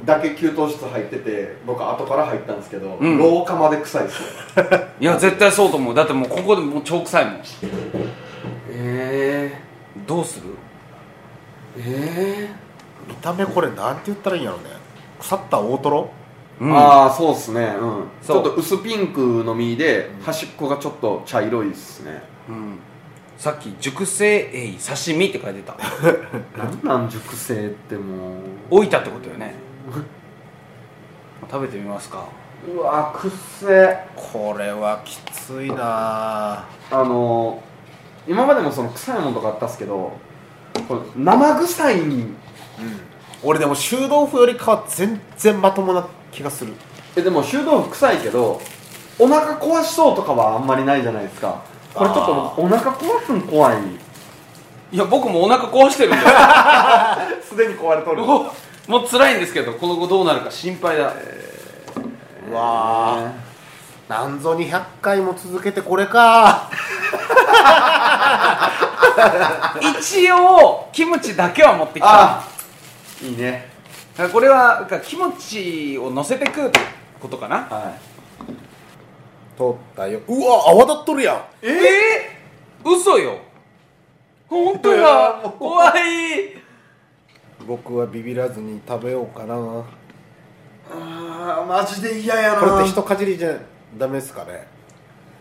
Speaker 2: だけ給湯室入ってて僕後から入ったんですけど、
Speaker 3: ん
Speaker 2: 廊下まで臭いですよ
Speaker 3: いや、絶対そうと思う。だってもうここでもう超臭いもん。
Speaker 2: え
Speaker 3: どうする
Speaker 2: ー、え
Speaker 1: 見た目これなんて言ったらいいんやろね腐った大トロ
Speaker 3: うん
Speaker 2: ああそうっすねうんち
Speaker 3: そ
Speaker 2: ょ
Speaker 3: う
Speaker 2: っと薄ピンクの実で端っこがちょっと茶色いっすね
Speaker 3: うん。さっき、熟成エイ刺身って書いてた。
Speaker 2: なんなん熟成っても
Speaker 3: 置いたってことよね食べてみますか
Speaker 2: ううわくっせ
Speaker 1: これはきついな
Speaker 2: あのー、今までもその臭いものとかあったっすけどこの生臭い
Speaker 1: 俺でも修道府よりかは全然まともな気がする
Speaker 2: えでも修道服臭いけどお腹壊しそうとかはあんまりないじゃないですかこれちょっとお腹壊すん怖い
Speaker 3: いや僕もお腹壊してるんだよ
Speaker 2: すでに壊れとる
Speaker 3: もう もう辛いんですけどこの後どうなるか心配だ
Speaker 1: うわあなんぞ200回も続けてこれか
Speaker 3: 一応キムチだけは持ってきた
Speaker 2: あいいね
Speaker 3: だからこれはだからキムチを乗せて食うってことかな
Speaker 2: はい
Speaker 1: 取ったようわ泡立っとるやん
Speaker 3: えー、嘘よ本当
Speaker 2: いや
Speaker 3: だ
Speaker 2: もう
Speaker 3: 怖い
Speaker 1: 僕はビビらずに食べようかなこ
Speaker 2: あーマジで嫌やな
Speaker 1: れって人かじりじゃダメですかね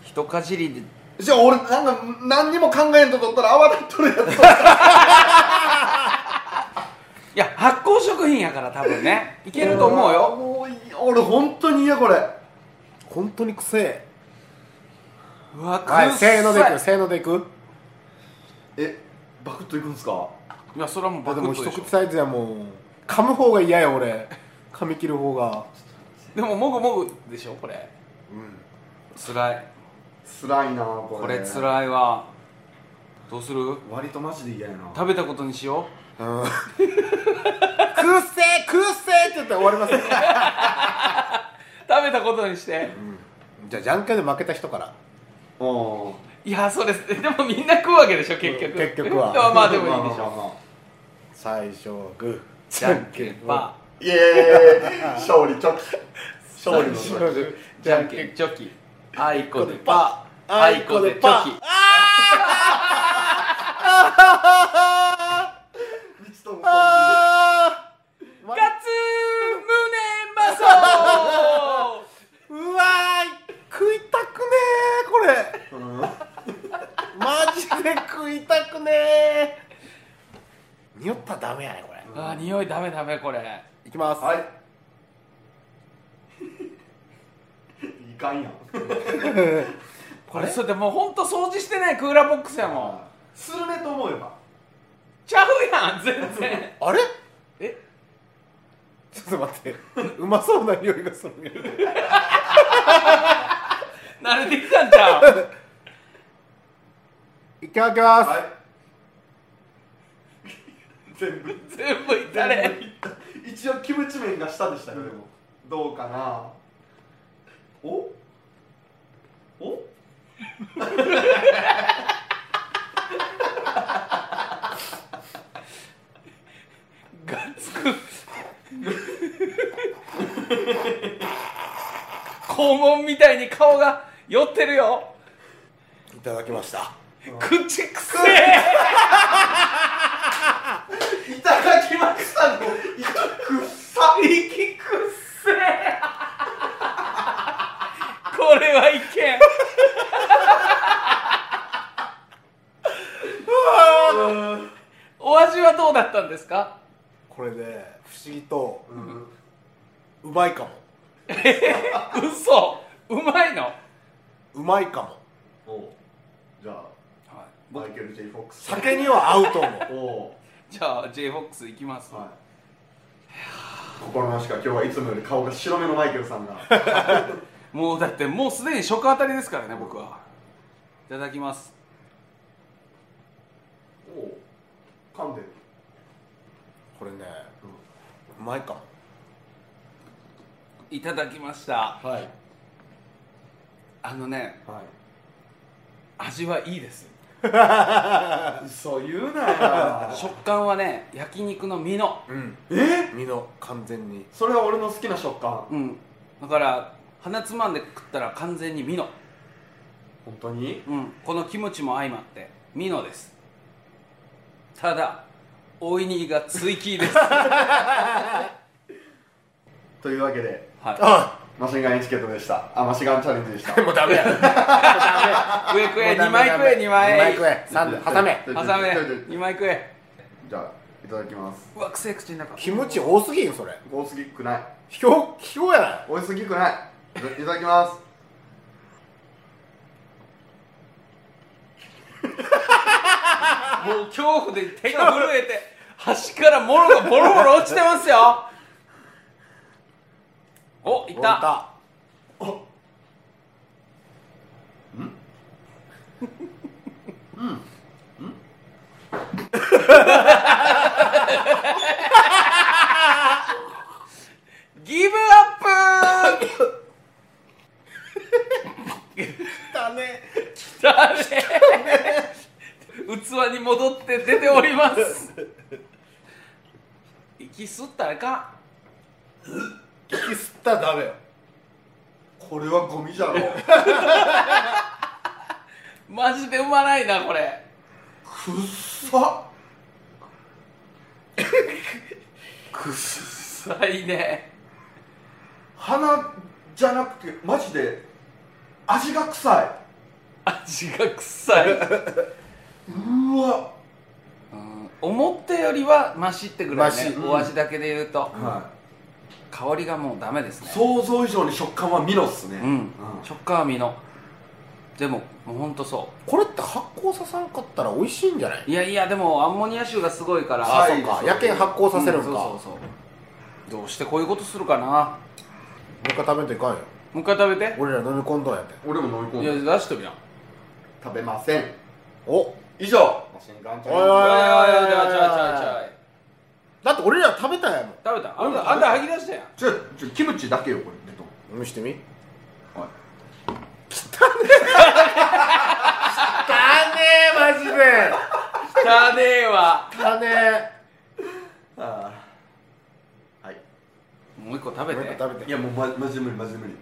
Speaker 3: 人かじりで
Speaker 2: じゃあ俺なんか何にも考えんと取ったら泡立っとるやつ
Speaker 3: いや発酵食品やから多分ねいけると思うよ
Speaker 2: もうい俺本当に嫌これ
Speaker 1: 本当にくせえ
Speaker 3: うわくっさ
Speaker 1: はいせーのでいくせーのでいく
Speaker 2: えバクッといくんすか
Speaker 3: いやそれはもう
Speaker 1: あ
Speaker 3: バ
Speaker 1: で
Speaker 3: クッ
Speaker 1: も
Speaker 3: と
Speaker 1: 一
Speaker 3: でしょ
Speaker 1: 口サイズやもん噛む方が嫌や俺噛み切る方が
Speaker 3: でももぐもぐでしょこれつらい
Speaker 2: 辛いなこ
Speaker 3: これつらいわどうする
Speaker 2: 割とマジで嫌やな
Speaker 3: 食べたことにしよ
Speaker 1: うんくっせえくっせえって言ったら終わりますよ
Speaker 3: う食べたことにして
Speaker 1: じゃあじゃんけんで負けた人から
Speaker 2: お
Speaker 3: いやそうですでもみんな食うわけでしょ結局
Speaker 1: 結局は
Speaker 3: まあまあでもいいでしょ
Speaker 2: ょ
Speaker 1: 最初はグー
Speaker 3: じゃんけん
Speaker 1: は
Speaker 3: パ
Speaker 2: イエーイ勝利チョキ
Speaker 3: ー
Speaker 2: 勝利のチョキ
Speaker 3: 最初グーじゃんけんチョキあいこでパー
Speaker 1: あ
Speaker 3: あ
Speaker 1: い
Speaker 3: い
Speaker 1: こ
Speaker 3: こ
Speaker 1: で
Speaker 3: で
Speaker 1: チ
Speaker 3: チ
Speaker 1: ョ
Speaker 3: ョ
Speaker 1: キ
Speaker 3: キ
Speaker 2: 道友
Speaker 1: あ
Speaker 3: ガツムネマソ
Speaker 1: ーうわー食いたくねえこれ、マジで食いたくねえ匂ったらダメやねこれ
Speaker 3: あー匂いダメダメこれ
Speaker 1: いきます、
Speaker 2: いいかんやん
Speaker 3: これそれでもうほんと掃除してないクーラーボックスやもん
Speaker 2: スルメと思えば
Speaker 3: ちゃうやん全然
Speaker 1: あれ
Speaker 3: え
Speaker 1: ちょっと待ってうまそうな匂いがするね
Speaker 3: 慣れてきたんちゃう
Speaker 1: いきますいきます、
Speaker 2: はい全部
Speaker 3: 全部いった
Speaker 2: 全
Speaker 3: ね
Speaker 2: 部いった一応キムチ麺が下でしたよでもどうかなおお
Speaker 3: ガッツく肛門みたいに顔が酔ってるよ
Speaker 1: い、ただきました
Speaker 3: 口くせえ
Speaker 2: いただきましたの息くっさ
Speaker 3: 息くっせえこれはいけんお味はどうだったんですか
Speaker 1: これで不思議と、うまいかも
Speaker 3: 嘘うまいの、は
Speaker 1: うまいかも
Speaker 2: おじゃあマイケル・ J ・フォックス
Speaker 1: 酒には合うと思う
Speaker 2: おお
Speaker 3: い、じゃあ JFOX いきます、
Speaker 2: はい心なしか今日はいつもより顔が白目のマイケルさんが
Speaker 3: もうだってもうすでに食あたりですからね僕はいただきます
Speaker 2: おう噛んでる
Speaker 1: これね、うまいかも
Speaker 3: いただきました
Speaker 2: はい
Speaker 3: あのね
Speaker 2: は
Speaker 3: 味はいいです
Speaker 2: い嘘言うなよ
Speaker 3: 食感はね焼肉の身の
Speaker 1: うん
Speaker 2: え
Speaker 1: 身の完全に
Speaker 2: それは俺の好きな食感
Speaker 3: うんだから鼻つまんで食ったら完全にミノ、
Speaker 2: 本当に
Speaker 3: うん、このキムチも相まってミノですただおいにが追記 ですは
Speaker 2: というわけで
Speaker 1: あ
Speaker 2: マシンガンエチケットでしたあマシンガンチャレンジでした
Speaker 1: もうダメやもう
Speaker 3: い上食え
Speaker 1: ダメダメ
Speaker 3: 2枚食え2枚
Speaker 1: 二枚食え三で挟め
Speaker 2: ちょ
Speaker 3: 挟め2枚 食え
Speaker 2: じゃあいただきます
Speaker 3: うわくせえ口の中
Speaker 1: キムチ多すぎんそれ
Speaker 2: 多すぎくない
Speaker 1: ひょひょやない
Speaker 2: 多すぎくないいただきます
Speaker 3: もう恐怖で手が震えて端からもろがボロボロ落ちてますよおいたギブア ップ
Speaker 2: だね
Speaker 3: だね器に戻って出ており ます息吸ったらあかん
Speaker 2: 息吸ったらダメよこれはゴミじゃろ
Speaker 3: マジでうまないなこれ
Speaker 2: くっさ
Speaker 3: 臭いね
Speaker 2: 鼻じゃなくてマジで味が臭い
Speaker 3: 味が臭いう
Speaker 2: わ
Speaker 3: うん思ったよりはマシってぐらい
Speaker 2: マシ
Speaker 3: ね、
Speaker 2: うん
Speaker 3: お味だけで言うと、
Speaker 2: は
Speaker 3: 香りがもうダメです
Speaker 2: い
Speaker 3: ね
Speaker 2: 想像以上に食感はミノっすね、
Speaker 3: うん、食感は身のでももうほんとそ
Speaker 4: これって発酵ささんかったら美味しいんじゃないう
Speaker 3: いやいやでもアンモニア臭がすごいから
Speaker 4: あ
Speaker 2: は
Speaker 4: そ
Speaker 2: い
Speaker 4: っか夜間発酵させるんか
Speaker 3: うんそう
Speaker 4: も
Speaker 3: そうそうどうしてこういうことするかな
Speaker 4: う一回食べんといかんよ
Speaker 3: もう一回食べて
Speaker 4: 俺ら飲み込んどんやって
Speaker 2: 俺も飲み込ん
Speaker 3: い
Speaker 2: で
Speaker 3: や出してみな
Speaker 2: 食べません
Speaker 4: おおい
Speaker 2: 以上マシンガンチャレ
Speaker 4: おいおい
Speaker 2: ンジ
Speaker 3: おいおいおいおいちょいちょいちょいちょい
Speaker 4: だって俺ら食べたや
Speaker 3: 食べたあんたあんた吐き出したやん
Speaker 2: ちょちょキムチだけよこれ出と
Speaker 4: もん見してみ
Speaker 2: はい
Speaker 4: だねえマジで
Speaker 3: 汚ねえわ
Speaker 4: だね
Speaker 2: ああはい
Speaker 3: もう一個食べ
Speaker 4: えもう一
Speaker 3: て
Speaker 4: 個食べ
Speaker 2: い
Speaker 4: て
Speaker 2: やもうまマジで無理マジで無理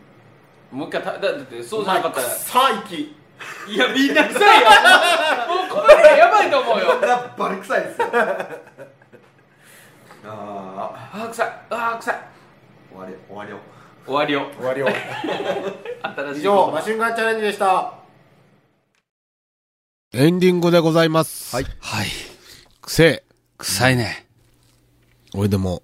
Speaker 3: もう一回食べだだってそうじゃなかったら
Speaker 2: さあ息
Speaker 3: いやみんな臭いよもうこの辺やばいと思うよ
Speaker 2: やっぱり臭いですよああ
Speaker 3: あー臭いあー臭い
Speaker 2: 終わり終わりよ
Speaker 3: 終わりよ
Speaker 4: 終わりよ
Speaker 3: 新し
Speaker 4: 以
Speaker 3: い
Speaker 4: 上
Speaker 3: こ
Speaker 4: マシンガンチャレンジでした
Speaker 1: エンディングでございます。
Speaker 2: はい。
Speaker 3: とはい
Speaker 1: くせえ。
Speaker 3: 臭いね
Speaker 1: 俺でも、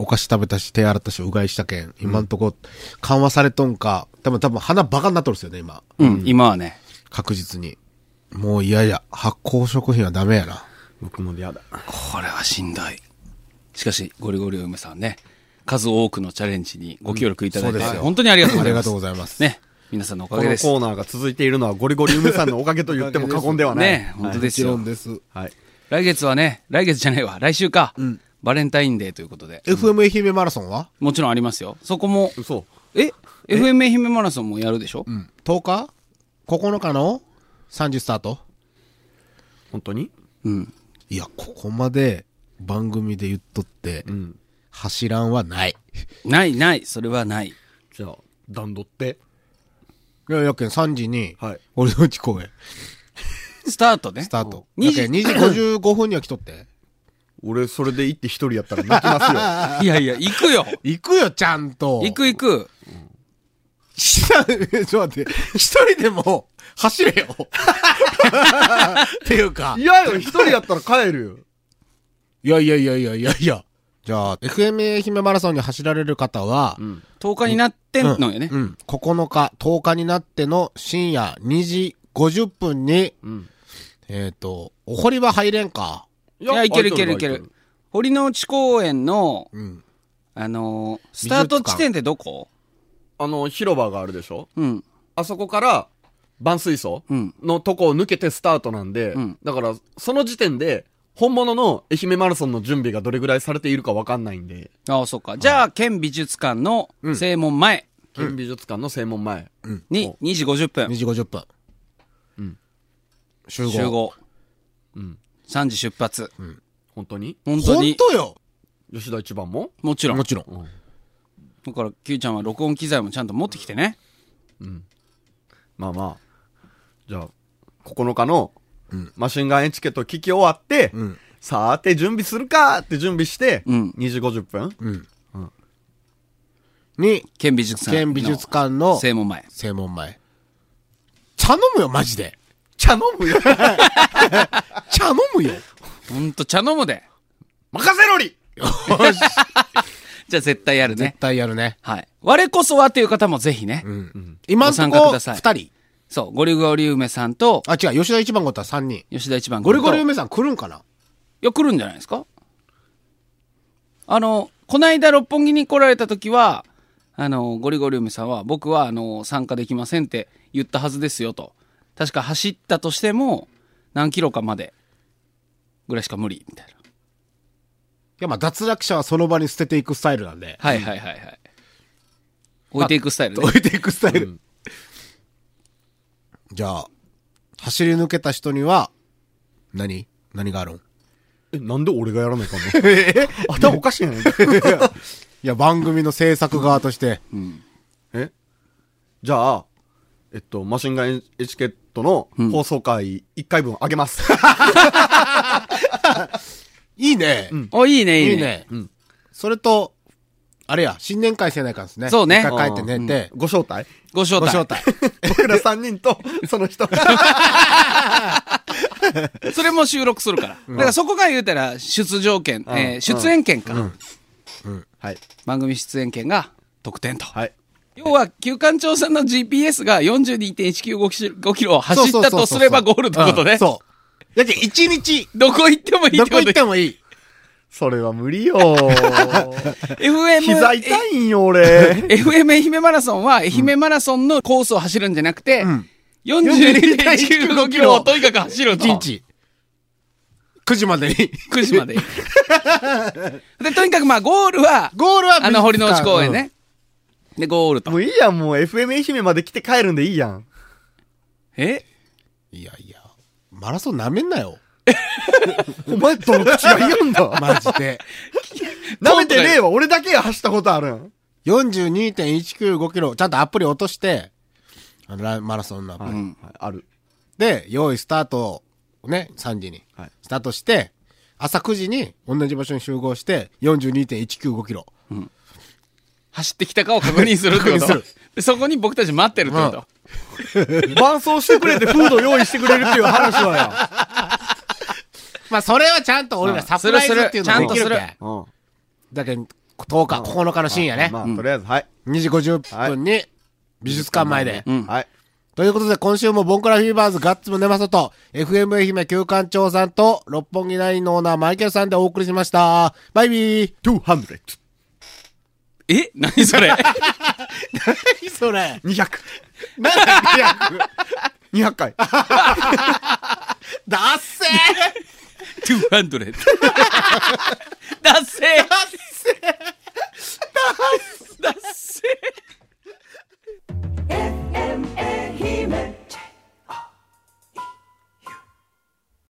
Speaker 1: お菓子食べたし、手洗ったし、うがいしたけん、今んとこ、緩和されとんか、多分多分鼻バカになっとるっすよね、今。
Speaker 3: うん今はね
Speaker 1: 確実に。もう嫌や。発酵食品はダメやな。
Speaker 2: 僕も嫌だ
Speaker 3: これはしんどいしかしゴリゴリお嫁さんね数多くのチャレンジにご協力いただいて、
Speaker 1: うんそうですよ
Speaker 3: 本当にありがとうご
Speaker 1: あ
Speaker 3: ざい
Speaker 1: り
Speaker 3: ま
Speaker 1: が
Speaker 3: す
Speaker 1: とうございます。
Speaker 3: ね皆さんのお
Speaker 2: こ
Speaker 3: か
Speaker 2: の
Speaker 3: げ
Speaker 2: コ
Speaker 3: です
Speaker 2: ーナーが続いているのはゴリゴリ梅さんのおかげと言っても過言ではない
Speaker 3: ね本当
Speaker 2: はい
Speaker 3: ですよ、
Speaker 1: です。
Speaker 2: はい
Speaker 3: 来月はね来月じゃないわ来週か、バレンタインデーということで
Speaker 1: FM 愛媛マラソンは
Speaker 3: もちろんありますよそこも
Speaker 2: 嘘
Speaker 3: え FM 愛媛マラソンもやるでしょ、
Speaker 1: 10日 ?9 日の30スタート
Speaker 2: 本当に
Speaker 3: うん
Speaker 1: いや、ここまで番組で言っとって、
Speaker 2: うん
Speaker 1: 走らんはない。
Speaker 3: ないないそれはない
Speaker 2: じゃあ段取って
Speaker 1: いや、やけん3時に、
Speaker 2: はい
Speaker 1: 俺のうち公園、
Speaker 3: スタートね
Speaker 1: スタート。
Speaker 3: 2
Speaker 1: や
Speaker 3: 時
Speaker 1: けん2時55分には来とって。
Speaker 2: 俺それで行って一人やったら泣きますよ
Speaker 3: いやいや行 くよ
Speaker 1: 行く よ、ちゃんと。
Speaker 3: 行く行く
Speaker 1: しちょっと待って、一人でも走れよ。って いうか。
Speaker 2: 嫌よ一人やったら帰るよ
Speaker 1: いやいやいやいやいやいや。じゃあ、FM 愛媛マラソンに走られる方は、
Speaker 3: 10日になってんのよね、
Speaker 1: うん、9日、10日になっての深夜2時50分に、えっ、と、お堀は入れんか。
Speaker 2: い
Speaker 3: いやいけるいけるいける堀之内公園の
Speaker 1: うん。
Speaker 3: あのースタート地点ってどこ
Speaker 2: あの広場があるでしょ
Speaker 3: うん。
Speaker 2: あそこから万水槽
Speaker 3: うん
Speaker 2: のとこを抜けてスタートなんで、
Speaker 3: うん
Speaker 2: だからその時点で本物の愛媛マラソンの準備がどれぐらいされているかわかんないんで、
Speaker 3: ああ、そうか。じゃあ、県美術館の正門前
Speaker 2: 県美術館の正門前、
Speaker 3: に2時50
Speaker 1: 2
Speaker 3: 分
Speaker 1: 時50分。
Speaker 2: うん。
Speaker 1: 集合。
Speaker 3: 集合。
Speaker 2: うん
Speaker 3: 3時出発。
Speaker 2: 本当に
Speaker 3: 本当
Speaker 1: 本
Speaker 3: に。
Speaker 1: 当よ
Speaker 2: 吉田一番も
Speaker 3: もちろん。
Speaker 1: も
Speaker 3: だ
Speaker 1: ちろん。
Speaker 3: から、Q ちゃんは録音機材もちゃんと持ってきてね。
Speaker 2: まあまあじゃあ9日のマシンガンエチケット聞き終わって、
Speaker 1: ん
Speaker 2: さーて準備するかーって準備して、
Speaker 3: うん
Speaker 2: 2時50分、
Speaker 1: に、
Speaker 3: 県美術館。
Speaker 1: 県美術。館の
Speaker 3: 正門前。
Speaker 1: 正門前。茶飲むよ、マジで。
Speaker 2: 茶飲 むよ
Speaker 1: 茶飲む よ。
Speaker 3: ほんと、茶飲むで。
Speaker 2: 任せろり
Speaker 3: じゃあ、絶対やるね
Speaker 1: 絶。対やるね。
Speaker 3: はい。我こそはっていう方もぜひね。
Speaker 1: 今んと
Speaker 3: ご参加く
Speaker 1: こ、
Speaker 3: ださい
Speaker 1: 2人。
Speaker 3: そう、ゴリゴリ梅さんと、
Speaker 1: あ、違う、吉田一番ごとは3人。
Speaker 3: 吉田一番
Speaker 1: ゴ
Speaker 3: 君
Speaker 1: リ
Speaker 3: と
Speaker 1: ゴリ梅さん来るんかない
Speaker 3: や、来るんじゃないですかあの、こないだ六本木に来られた時は、あの、ゴリゴリ梅さんは、僕は、あの、参加できませんって言ったはずですよと。確か走ったとしても、何キロかまで、ぐらいしか無理、みたいな。
Speaker 1: いや、まあ、脱落者はその場に捨てていくスタイルなんで。
Speaker 3: はいはいはいはい。置いていくスタイルね
Speaker 1: 置いていくスタイル。じゃあ、走り抜けた人には、何何があるんい
Speaker 2: え、なんで俺がやらないかんの 頭おかしいやないか。
Speaker 1: や、番組の制作側として。
Speaker 2: えじゃあ、えっと、マシンガンエチケットの放送回1回分あげます。
Speaker 1: いいね、
Speaker 3: お、いいね、いいね。
Speaker 1: いいね。それと、あれや、新年会せないかんですね。
Speaker 3: そうね
Speaker 1: 一回帰って寝て、
Speaker 2: ご招待
Speaker 3: ご招
Speaker 1: ご
Speaker 3: 待。
Speaker 1: 招待。
Speaker 2: 僕ら3人と、その人が。
Speaker 3: それも収録するから。だからそこが言うたら、出場権、えー出演権か、
Speaker 2: はい。
Speaker 3: 番組出演権が得点と。
Speaker 2: はい。
Speaker 3: 要は、旧館長さんの GPS が42.195キロを走った
Speaker 1: そうそうそう
Speaker 3: と
Speaker 1: そう
Speaker 3: すればゴールってこと
Speaker 1: う
Speaker 3: ね
Speaker 1: ん。そう。だって一日、
Speaker 3: どこ行ってもいい
Speaker 1: ど
Speaker 3: って
Speaker 1: こ
Speaker 3: こ
Speaker 1: 行
Speaker 3: と
Speaker 1: ってもいい。
Speaker 2: それは無理よ
Speaker 3: FM、
Speaker 2: 膝痛いんよ、俺。
Speaker 3: え FM 愛媛マラソンは、愛媛マラソンのコースを走るんじゃなくて、42.195キロをとにかく走ると。
Speaker 1: 一日。9時までに。
Speaker 3: 9時まで。で、とにかくまあ、ゴールは、
Speaker 1: ゴールは
Speaker 3: あの、堀之内公園ね。で、ゴールと
Speaker 2: も。ういいやん、もう FM 愛媛まで来て帰るんでいいやん。
Speaker 3: え
Speaker 1: うん。いやいや、マラソンなめんなよ。
Speaker 2: お前、どの口が言うんだ。
Speaker 1: マジ で。
Speaker 2: 舐めてねえわ、俺だけや走ったことあるん。
Speaker 1: 42.195キロ、ちゃんとアプリ落として、あのラマラソンのアプリ。
Speaker 2: はいある。
Speaker 1: で、用意スタートをね、3時に。
Speaker 2: はい
Speaker 1: スタートして、朝9時に同じ場所に集合して、42.195キロ。
Speaker 3: 走ってきたかを確認するってこ
Speaker 1: 確認す
Speaker 3: と
Speaker 1: る。
Speaker 3: で、そこに僕たち待ってるってこと。
Speaker 2: 伴奏してくれてフード用意してくれるっていう話はや。
Speaker 1: まあ、それはちゃんと俺らサプライズっていうのもできる
Speaker 3: するするちゃんとする
Speaker 1: け。だけど、10日、9日の深夜ね。
Speaker 2: まあ、とりあえず、はい。
Speaker 1: 2時50分に、美術館前で。
Speaker 3: ん
Speaker 2: はい。
Speaker 1: ということで、今週もボンクラフィーバーズガッツムネマソと、FM 愛媛旧館長さんと、六本木ナインのオーナーマイケルさんでお送りしました。バイビー
Speaker 2: 200。
Speaker 3: え何それ
Speaker 1: 何それ
Speaker 2: 200。
Speaker 1: なんで
Speaker 2: 200回。
Speaker 1: だっせー
Speaker 3: ?200! だっせー
Speaker 1: だっせー